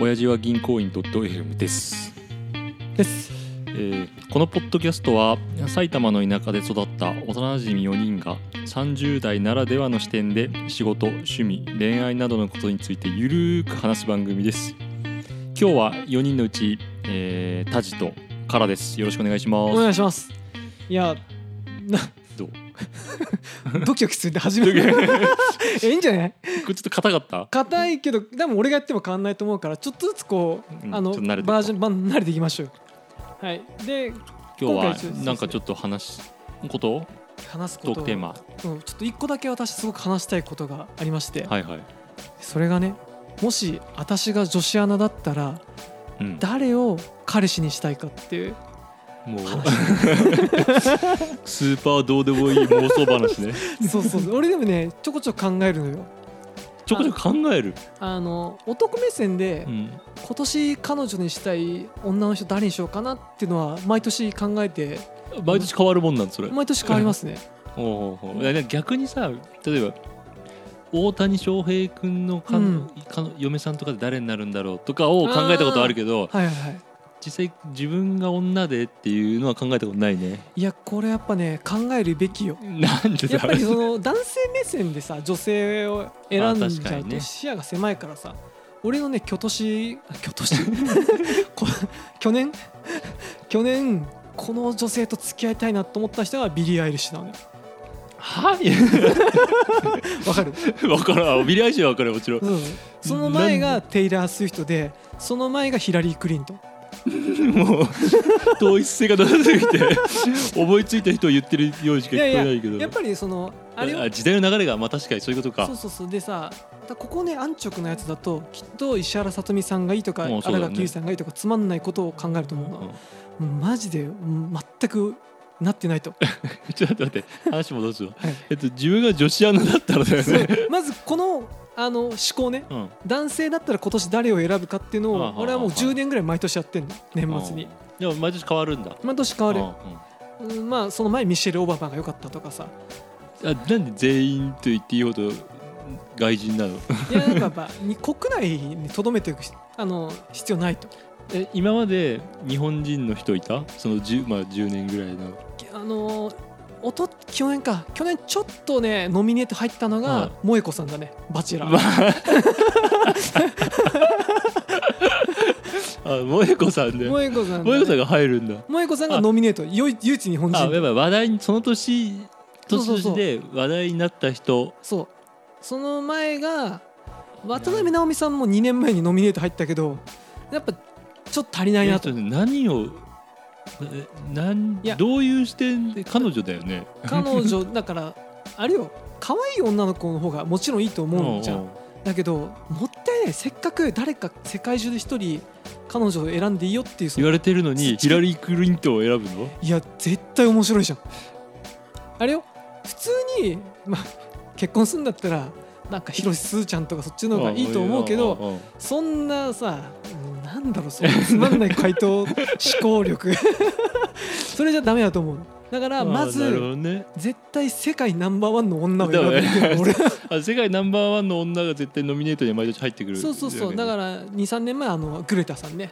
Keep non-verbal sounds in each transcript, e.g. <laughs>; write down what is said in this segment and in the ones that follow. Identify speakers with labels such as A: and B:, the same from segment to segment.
A: 親父は銀行員 .fm です
B: です
A: えーこのポッドキャストは埼玉の田舎で育った幼馴染4人が30代ならではの視点で仕事趣味恋愛などのことについてゆるーく話す番組です今日は4人のうち、えー、タジとカラですよろしくお願いしま
B: お
A: す
B: 願いしますいやな
A: どう <laughs>
B: ドキドキするって初めて <laughs> えいいんじゃない
A: これちょっと硬かった
B: 硬いけどでも俺がやっても変わんないと思うからちょっとずつこう、
A: うん
B: あの
A: ちょっと慣れてるか
B: バージョン版慣れていきましょうよはいで
A: 今
B: 今回
A: 日
B: ちょっと
A: はなんかちょっと話すこと
B: 話す
A: ト
B: こ
A: ー
B: と
A: クテーマ
B: うん、ちょっと一個だけ私すごく話したいことがありまして、
A: はいはい、
B: それがねもし私が女子アナだったら
A: うん、
B: 誰を彼氏にしたいかっ
A: <laughs>
B: ていう
A: もう
B: 話
A: スーパーどうでもいい妄想話 <laughs> ね
B: そうそう俺でもねちょこちょこ考えるのよ
A: ちょこちょこ考える、
B: あの男目線で、
A: うん、
B: 今年彼女にしたい女の人誰にしようかなっていうのは毎年考えて
A: 毎年変わるもんなんそれ
B: 毎年変わりますね
A: おうおうおうだから逆にさ例えば大谷翔平君のか、
B: うん
A: かの嫁さんとかで誰になるんだろうとかを考えたことあるけど
B: はいはいはい
A: 実際自分が女でっていうのは考えたことないね
B: いやこれやっぱね考えるべきよ
A: <laughs> なんで
B: やっ
A: だ
B: ぱりその男性目線でさ女性を選んじ
A: まあ確か
B: ゃう
A: にね
B: と視野が狭いからさ俺のね今年あ今年こ去年去年この女性と付き合いたいなと思った人がビリー・アイリッシュなのよ
A: <laughs> はい
B: わかる、
A: 分からんビリー・アイシュは分かるよもちろん
B: うん、その前がテイラー・スウィフトでその前がヒラリー・クリントン
A: もう <laughs> 統一性がなさすぎて思いついた人を言ってるようしか聞こえないけど
B: やっぱりそのあれを
A: 時代の流れがまあ確かにそういうことか
B: そうそうそうでさだここね安直なやつだときっと石原さとみさんがいいとか、
A: もうそうだよ
B: 新
A: ね
B: 垣結衣さんがいいとかつまんないことを考えると思うの、
A: うん <laughs>
B: もうマジでうん全くなってないと、
A: ちょっと待って話戻すわ <laughs>
B: はい
A: えっと自分が女子アナだったらだよ
B: そう
A: ね
B: まずこのあの思考ね
A: うん
B: 男性だったら今年誰を選ぶかっていうの
A: ああああ
B: を俺はもう10年ぐらい毎年やってんの年末に
A: うんでも毎年変わるんだ
B: 毎年変わる
A: う
B: うんまあその前ミシェル・オバマが良かったとかさ
A: んうんあなんで全員と言っていいほど外人なの <laughs>
B: いやなんかやっぱに国内にとどめていくしあの必要ないと
A: え今まで日本人の人いたその 10,、まあ、10年ぐらいの
B: あのーおと去年か去年ちょっとねノミネート入ったの
A: は
B: が
A: い
B: 萌子さんだね「バチェラー」
A: まああ萌子さんね
B: 萌子さんだね、
A: 萌子さんが入るんだ
B: 萌子さんがノミネート唯唯一日本
A: あや
B: 人
A: っぱ話題にその年
B: そうそうそ
A: 年で
B: う
A: 話題になった人
B: そうその前が渡辺直美さんも2年前にノミネート入ったけどやっぱちょっと足りない
A: え
B: な
A: っ
B: と
A: とね何をななん
B: いや
A: どういう視点で彼女だよね
B: 彼女だからあれよ可愛い女の子の方がもちろんいいと思うじゃ
A: うんん
B: だけどもったいないせっかく誰か世界中で一人彼女を選んでいいよっていうその
A: 言われてるのにヒラリー・クリントンを選ぶの
B: いや絶対面白いじゃんあれよ普通に、まあ、結婚するんだったらなんか広瀬すずちゃんとかそっちの方がいいと思うけど
A: ど
B: そんなさうんなんだろうそのつまんない回答思考力 <laughs> それじゃダメだと思うだからま
A: なるほ
B: ず
A: どね
B: 絶対世界ナンバーワンの女を選ぶっていうのが俺
A: あ世界ナンバーワンの女が絶対ノミネートには毎年入ってくる
B: <laughs> そうそうそうだからら23年前あのグレタさんね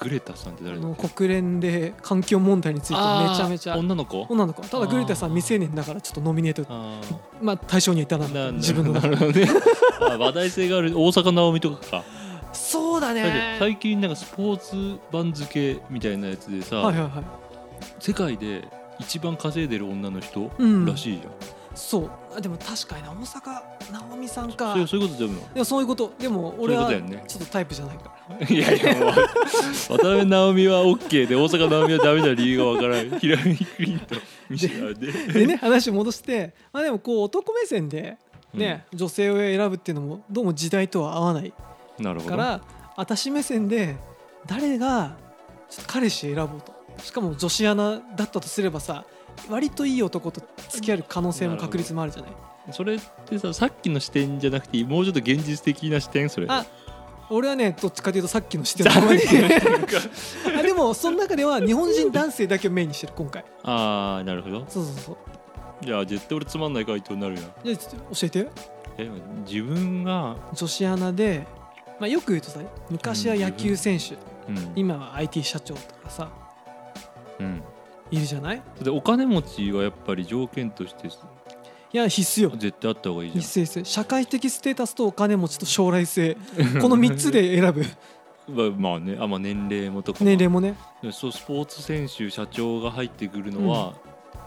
A: グレタさんって
B: あ
A: 誰だ
B: の国連で環境問題についてめちゃめち
A: あー
B: ゃ
A: 女の子
B: 女の子ただグレタさん未成年だからちょっとノミネート
A: あ
B: まあ対象にはいたな
A: ーな
B: 自分の
A: な
B: 中
A: る
B: で
A: ほ
B: <laughs>
A: どねあ話題性がある大阪なおみとかか
B: そうだね
A: だって最近なんかスポーツ番付みたいなやつでさ、
B: はいはいはい
A: 世界で一番稼いでる女の人
B: うん
A: らしいじゃん、
B: そうあでも確かにな大阪なおみさんか
A: そうそういうことじゃな
B: でもそういうことでも俺は
A: そう
B: ち
A: いうこと
B: ょ
A: だよね
B: っとタイプじゃないから
A: いのいやいやもう渡辺直美は OK で大阪直美はダメな理由がわから <laughs> んヒラリー・クリントンミシェラで
B: でね話戻してまあでもこう男目線でね、女性を選ぶっていうのもどうも時代とは合わない
A: うんなるほ
B: か
A: ど
B: ら私目線で誰がちょっと彼氏選ぼうとしかも女子アナだったとすればさ割といい男と付き合える可能性も確率もあるじゃない
A: それってささっきの視点じゃなくてもうちょっと現実的な視点それ
B: あ俺はねどっちかというとさっきの視点の
A: さっ
B: ままに
A: きの視
B: <laughs>
A: 点か
B: あでもその中では日本人男性だけをメインにしてる今回
A: あーなるほど
B: そうそうそう
A: いや絶対俺つまんない回答になるやん
B: じゃあちょっと教えて
A: え自分が
B: 女子アナでまあ、よく言うとさ昔は野球選手、
A: うん
B: 今は IT 社長とかさ
A: うん、
B: いるじゃない
A: でお金持ちはやっぱり条件として
B: いや必須よ
A: 絶対あった方がいいじゃん
B: 必須必須社会的ステータスとお金持ちと将来性この3つで選ぶ
A: まあまあねあ、まあ、年齢もとかも
B: 年齢もね
A: でもそうスポーツ選手社長が入ってくるのは、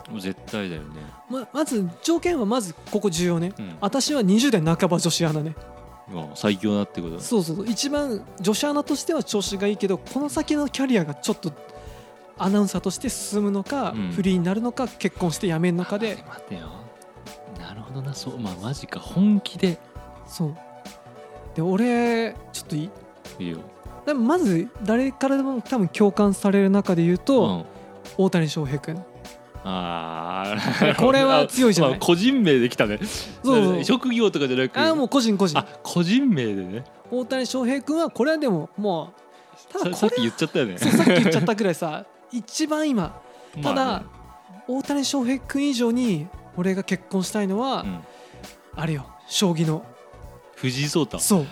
A: もう絶対だよね、
B: ままず条件はまずここ重要ね
A: うん
B: 私は20代半ば女子アナね
A: まあ、最強だってことだ
B: そうそうそう一番女子アナとしては調子がいいけどこの先のキャリアがちょっとアナウンサーとして進むのか、
A: うん
B: フリーになるのか結婚して辞めるのかで
A: あ待て待てよなるほどなそうまあマジか本気で
B: そうで俺ちょっといい
A: いいよ
B: でもまず誰からでも多分共感される中で言うと、
A: ん、
B: 大谷翔平君
A: あー
B: これは強いじゃない
A: あ個人名できたね
B: そうそう
A: <laughs> 職業とかじゃなく
B: ああもう個人個人
A: あ個人名でね
B: 大谷翔平君はこれはでももうただこ
A: ささ
B: れ
A: っき言っちゃったよね
B: そうさっき言っちゃったぐらいさ一番今ただ、
A: まあね
B: 大谷翔平君以上に俺が結婚したいのは、
A: うん
B: あれよ将棋の
A: 藤井聡太
B: そう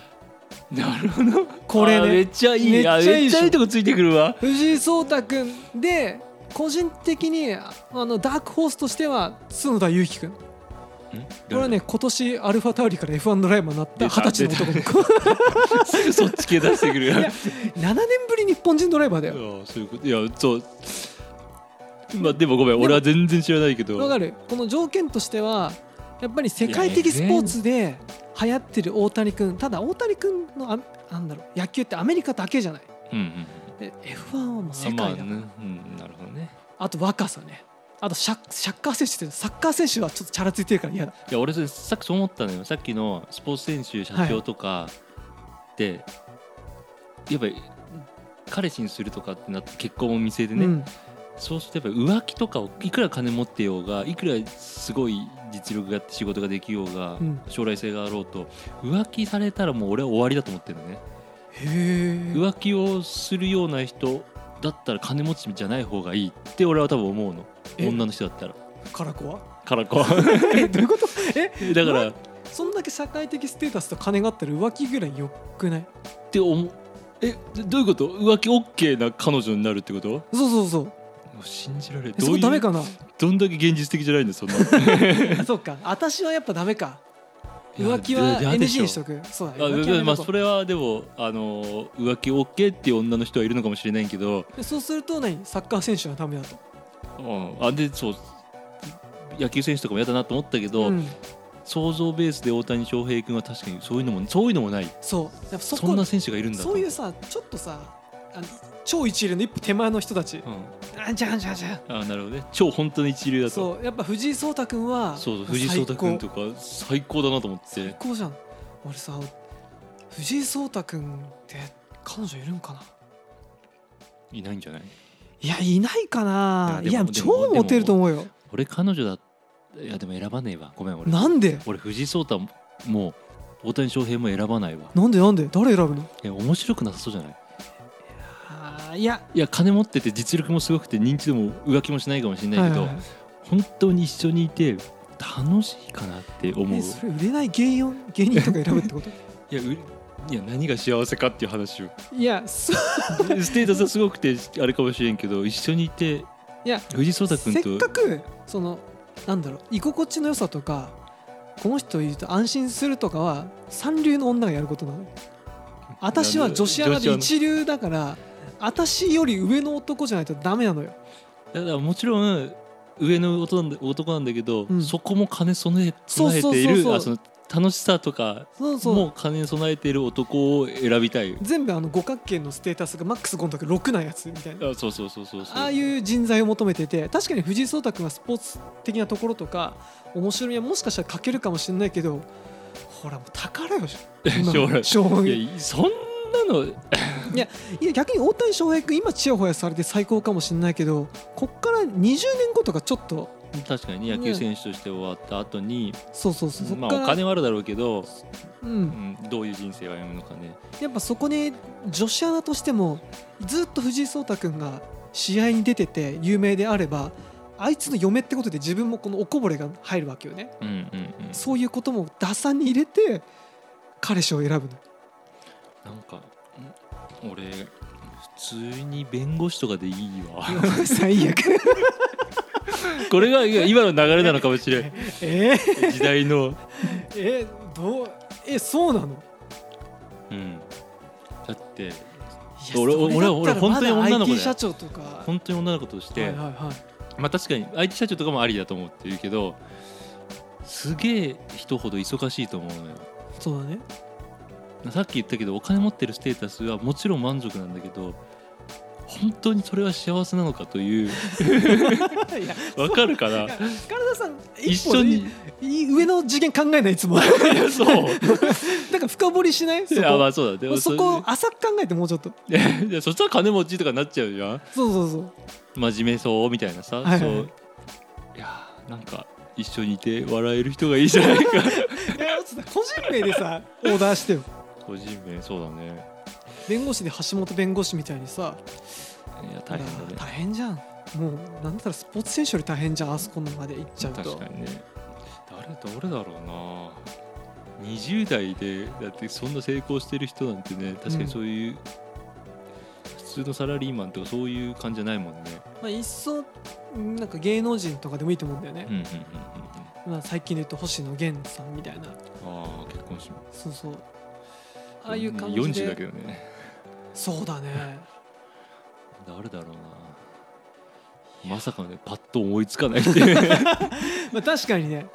A: なるほど
B: これ
A: あーめっ
B: ね
A: ちゃいいあ
B: めっちゃい
A: め
B: い
A: っちゃいいとこついてくるわ
B: 藤井聡太君で個人的にあのダークホースとしては角田裕樹君こ
A: こ
B: れはね今年アルファタウリから F1 ドライバーになった
A: 出た
B: 二十歳の男の子 <laughs>
A: すぐそっち系出してくる
B: いや7年ぶり日本人ドライバーだよ
A: ああそういうこといやそうまあでもごめん俺は全然知らないけど
B: わかるこの条件としてはやっぱり世界的スポーツで流行ってる大谷君ただ大谷君のあなんだろう野球ってアメリカだけじゃない
A: うんうん
B: で F1 はもう世界だ
A: ま
B: か
A: あ
B: ら、
A: ねうんなるほどね
B: あと若さねあとシャッサッカー選手ってサッカー選手はちょっとチャラついてるから嫌だ
A: いや俺それさっきそう思ったのよさっきのスポーツ選手社長とかで、やっぱり彼氏にするとかってなって結婚も見据えてね、
B: うん
A: そうするとやっぱり浮気とかをいくら金持ってようがいくらすごい実力があって仕事ができようが、
B: うん
A: 将来性があろうと浮気されたらもう俺は終わりだと思ってるのね
B: へえ
A: 浮気をするような人だったら金持ちじゃない方がいいって俺は多分思うの
B: え
A: 女の人だったら
B: カラコは
A: からこ
B: えどういうこと
A: <laughs>
B: え
A: だからっ
B: そんだけ社会的ステータスと金があったら浮気ぐらいよくない
A: て思うえどういうこと浮気 OK な彼女になるってこと
B: そうそうそう
A: 信じられ
B: え
A: ど
B: そうこ
A: い
B: ダメ
A: う <laughs>
B: かな
A: どんだけ現実的じゃないんだよ <laughs> そんな
B: あそうか私はやっぱダメか
A: いや
B: 浮気は
A: でででし
B: NG
A: ょ
B: にしとくそうだ
A: あ
B: ね浮気は
A: ま
B: や
A: あ
B: め
A: まあ
B: と
A: そ
B: こ
A: れはでもあのー浮気 OK っていう女の人はいるのかもしれないけど
B: うでそうすると何サッカー選手はダメだと
A: うんあでそう野球選手とかも嫌だなと思ったけど、
B: うん
A: 想像ベースで大谷翔平君は確かにそういうのもそういうのもない
B: そうやっぱそ
A: そ
B: こ
A: んな選手がいるんだと
B: そういうさちょっとさあの超一流の一歩手前の人たち
A: うん
B: あじゃんじゃんじゃん
A: あなるほどね超本当に一流だとそう
B: そうやっぱ藤井聡太君は
A: そう藤井聡太君とか最高だなと思って
B: 最高じゃん俺さ藤井聡太君って彼女いるんかない
A: ないんじゃない
B: いやいないかないい
A: や
B: や
A: でもでも
B: 超モテると思うよ
A: 俺彼女だいやでも選ばねえわごめん俺
B: なんで
A: 俺藤井聡太ももう大谷翔平も選ばないわ
B: なんでなんで誰選ぶの
A: え面白くなさそうじゃない
B: あーいや
A: いや金持ってて実力もすごくて認知度も浮気もしないかもしれないけど、
B: はいはいはい
A: 本当に一緒にいて楽しいかなって思う
B: えそれ売れない芸人芸人とか選ぶってこと
A: いやういや何が幸せかっていう話を
B: <laughs> いやそう
A: ステータスはすごくてあれかもしれんけど一緒にいて
B: いや
A: 藤井聡太
B: せっ
A: 君
B: か
A: と
B: くそのなんだろう居心地の良さとかこの人いると安心するとかは三流の女がやることなのよ私は女子アナで
A: 女子
B: 一流だから私より上の男じゃないとダメなのよ
A: だからもちろん上の男なんだ男なんだけど、
B: うん
A: そこも兼ね備え
B: そう
A: 備
B: そう
A: え
B: そう
A: て
B: そう
A: いるあその楽しさとか
B: そうそう
A: も兼ね備えている男を選びたい
B: 全部あの五角形のステータスがマックスゴンタク6なやつみたいな
A: あそうそうそうそうそう
B: ああいう人材を求めてて確かに藤井聡太君はスポーツ的なところとか面白みはもしかしたら欠けるかもしれないけどほらもう宝 <laughs> よ
A: 将来
B: 将来
A: いやそんなの
B: いや逆に大谷翔平君今ちやほやされて最高かもしれないけどこっから20年後とかちょっと
A: 確かにね野球選手として終わった後に、
B: そうそうそうそっ
A: ま
B: か
A: あお
B: ら、
A: 金はあるだろうけど、
B: う、
A: うんん、どういう人生を歩むのかね
B: やっぱそこに女子アナとしてもずっと藤井聡太君が試合に出てて有名であればあいつの嫁ってことで自分もこのおこぼれが入るわけよね
A: うんうんうん
B: そういうことも打算に入れて彼氏を選ぶの
A: なんかん俺普通に弁護士とかでいいわ <laughs>
B: <laughs> 最悪
A: これがいや今の流れなのかもしれん
B: えー、
A: 時代の
B: えどうえそうなの
A: うんだって
B: い
A: 俺
B: それだったら
A: 俺俺本当に女の子だよ
B: まだ IT 社長とかは
A: 本当に女の子とし
B: い
A: て、
B: はいは
A: まあ確かに IT 社長とかもありだと思ってるけどすげえ人ほど忙しいと思うのよ
B: いそうだね
A: さっき言ったけどお金持ってるステータスはもちろん満足なんだけど本当にそれは幸せなのかという
B: <laughs> いや
A: わかるか
B: い
A: な
B: や体さん
A: 一
B: 一
A: 緒
B: 緒
A: に
B: に上の次元考えないいつも <laughs> なんか
A: いや <laughs> そう
B: 深掘りし <laughs> ないそ
A: いやま
B: こ
A: あそうだでも
B: そ
A: <laughs>
B: こ浅く考えてもうちょっと
A: いやいやそしたら金持ちとかになっちゃうじゃん
B: そうそうそう
A: 真面目そうみたいなさ、
B: はいはい
A: そういやーなんか一緒にいて笑える人がいいじゃないか
B: いやちょっと個人名
A: <laughs>
B: でさオーダーしてよ
A: 個人名そうだね
B: 弁護士で橋本弁護士みたいにさ
A: いや大変だね
B: 大変じゃんもうなんだったらスポーツ選手より大変じゃんあそこまで行っちゃうと
A: 確かにね誰誰だろうな20代でだってそんな成功してる人なんてね確かにそういう、普通のサラリーマンとかそういう感じじゃないもんね
B: まあ、一層なんか芸能人とかでもいいと思うんだよね
A: うん、うんうんうん
B: まあ、最近で言うと星野源さんみたいな
A: ああ結婚し
B: そうそうああいう感じで
A: 40だけどね
B: そうだね
A: 誰だろうなまさかねパッと思いつかないって <laughs> いう
B: <laughs> まあ確かにね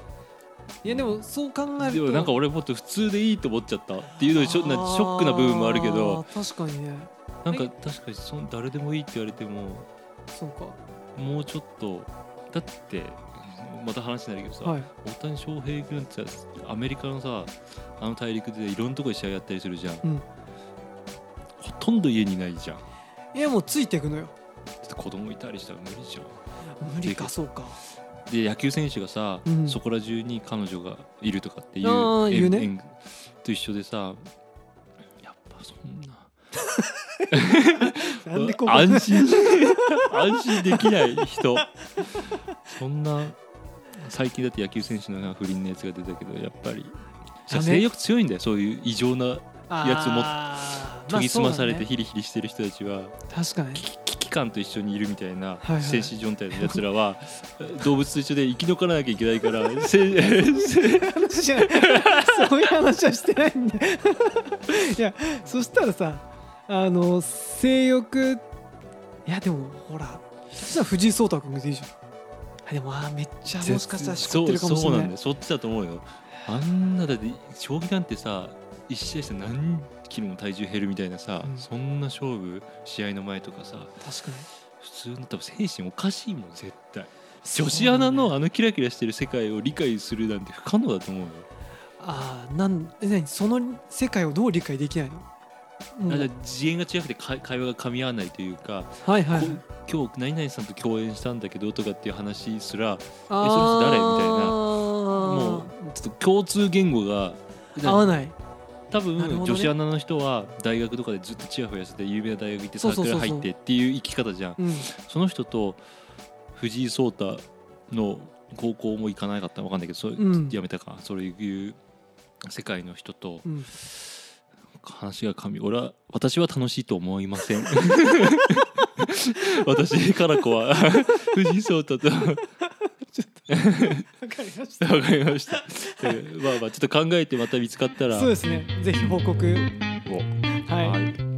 B: いやでもそう考えると
A: でもなんか俺もっと普通でいいと思っちゃったっていうのにショなんかショックな部分もあるけど
B: あー確かにね
A: なんか確かにそん誰でもいいって言われても
B: そうか
A: もうちょっとだってまた話になるけどさ、
B: はい
A: 大谷翔平君ってさアメリカのさあの大陸でいろんなとこで試合やったりするじゃん、
B: うん
A: ほとんど家にいないじゃんちょ
B: いやもうついていくのよ
A: っと子供いたりしたら無理じゃん
B: 無理かそうか
A: で野球選手がさ、
B: うん
A: そこら中に彼女がいるとかっていう
B: あー
A: えん
B: 言うね
A: えんと一緒でさやっぱそんな
B: なんでここ
A: 安心安心できない人そんな最近だって野球選手の不倫のやつが出たけどやっぱり
B: ダメ
A: 性欲強いんだよそういう異常なやつも
B: あー
A: 研ぎ澄まされ
B: あ
A: て
B: そうだね
A: ヒリヒリしてる人たちは
B: 確かに
A: 危危機感と一緒にいるみたいない
B: はい
A: 精神状態のやつらは動物と一緒で生き残らなきゃいけないからせ <laughs> せ
B: 話じゃないそういう話はしてないんで <laughs> いやそしたらさあの性欲いやでもほらそしたら藤井聡太君でいいじゃんあでもあーめっちゃもしかしたらしこってるかもし
A: そうそう
B: れな
A: なん
B: い
A: だよそっちだと思うよあんなだって将棋なんてさ一試合して何キロも体重減るみたいなさ、
B: うん
A: そんな勝負試合の前とかさ
B: 確かに
A: 普通の多分精神おかしいもん絶対
B: そう
A: 女子アナ
B: だね
A: のあのキラキラしてる世界を理解するなんて不可能だと思うよ、
B: あーなんえ何その世界をどう理解できないのも
A: あ
B: う
A: だから次元が違くてか会話が噛み合わないというか、
B: はいはいはい
A: こ今日何々さんと共演したんだけどとかっていう話すら
B: あ
A: それ誰みたいなも
B: も
A: うちょっと共通言語が
B: 合わない
A: 多
B: なるほ
A: 分
B: どね
A: 女子アナの人は大学とかでずっとチヤホヤしてて有名な大学行ってサ
B: そう
A: ークル
B: そうそうそう
A: 入ってっていう生き方じゃん
B: うん
A: その人と藤井聡太の高校も行かなかったのわかんないけどそれ、
B: うん
A: やめたかそういう世界の人と
B: うん
A: 話が神俺は私は楽しいと思いませ
B: <laughs>
A: ん私から子は藤井聡太と
B: わかりまし
A: わかりましたえーまあまあちょっと考えてまた見つかったら
B: そうですねぜひ報告
A: お
B: はい
A: はい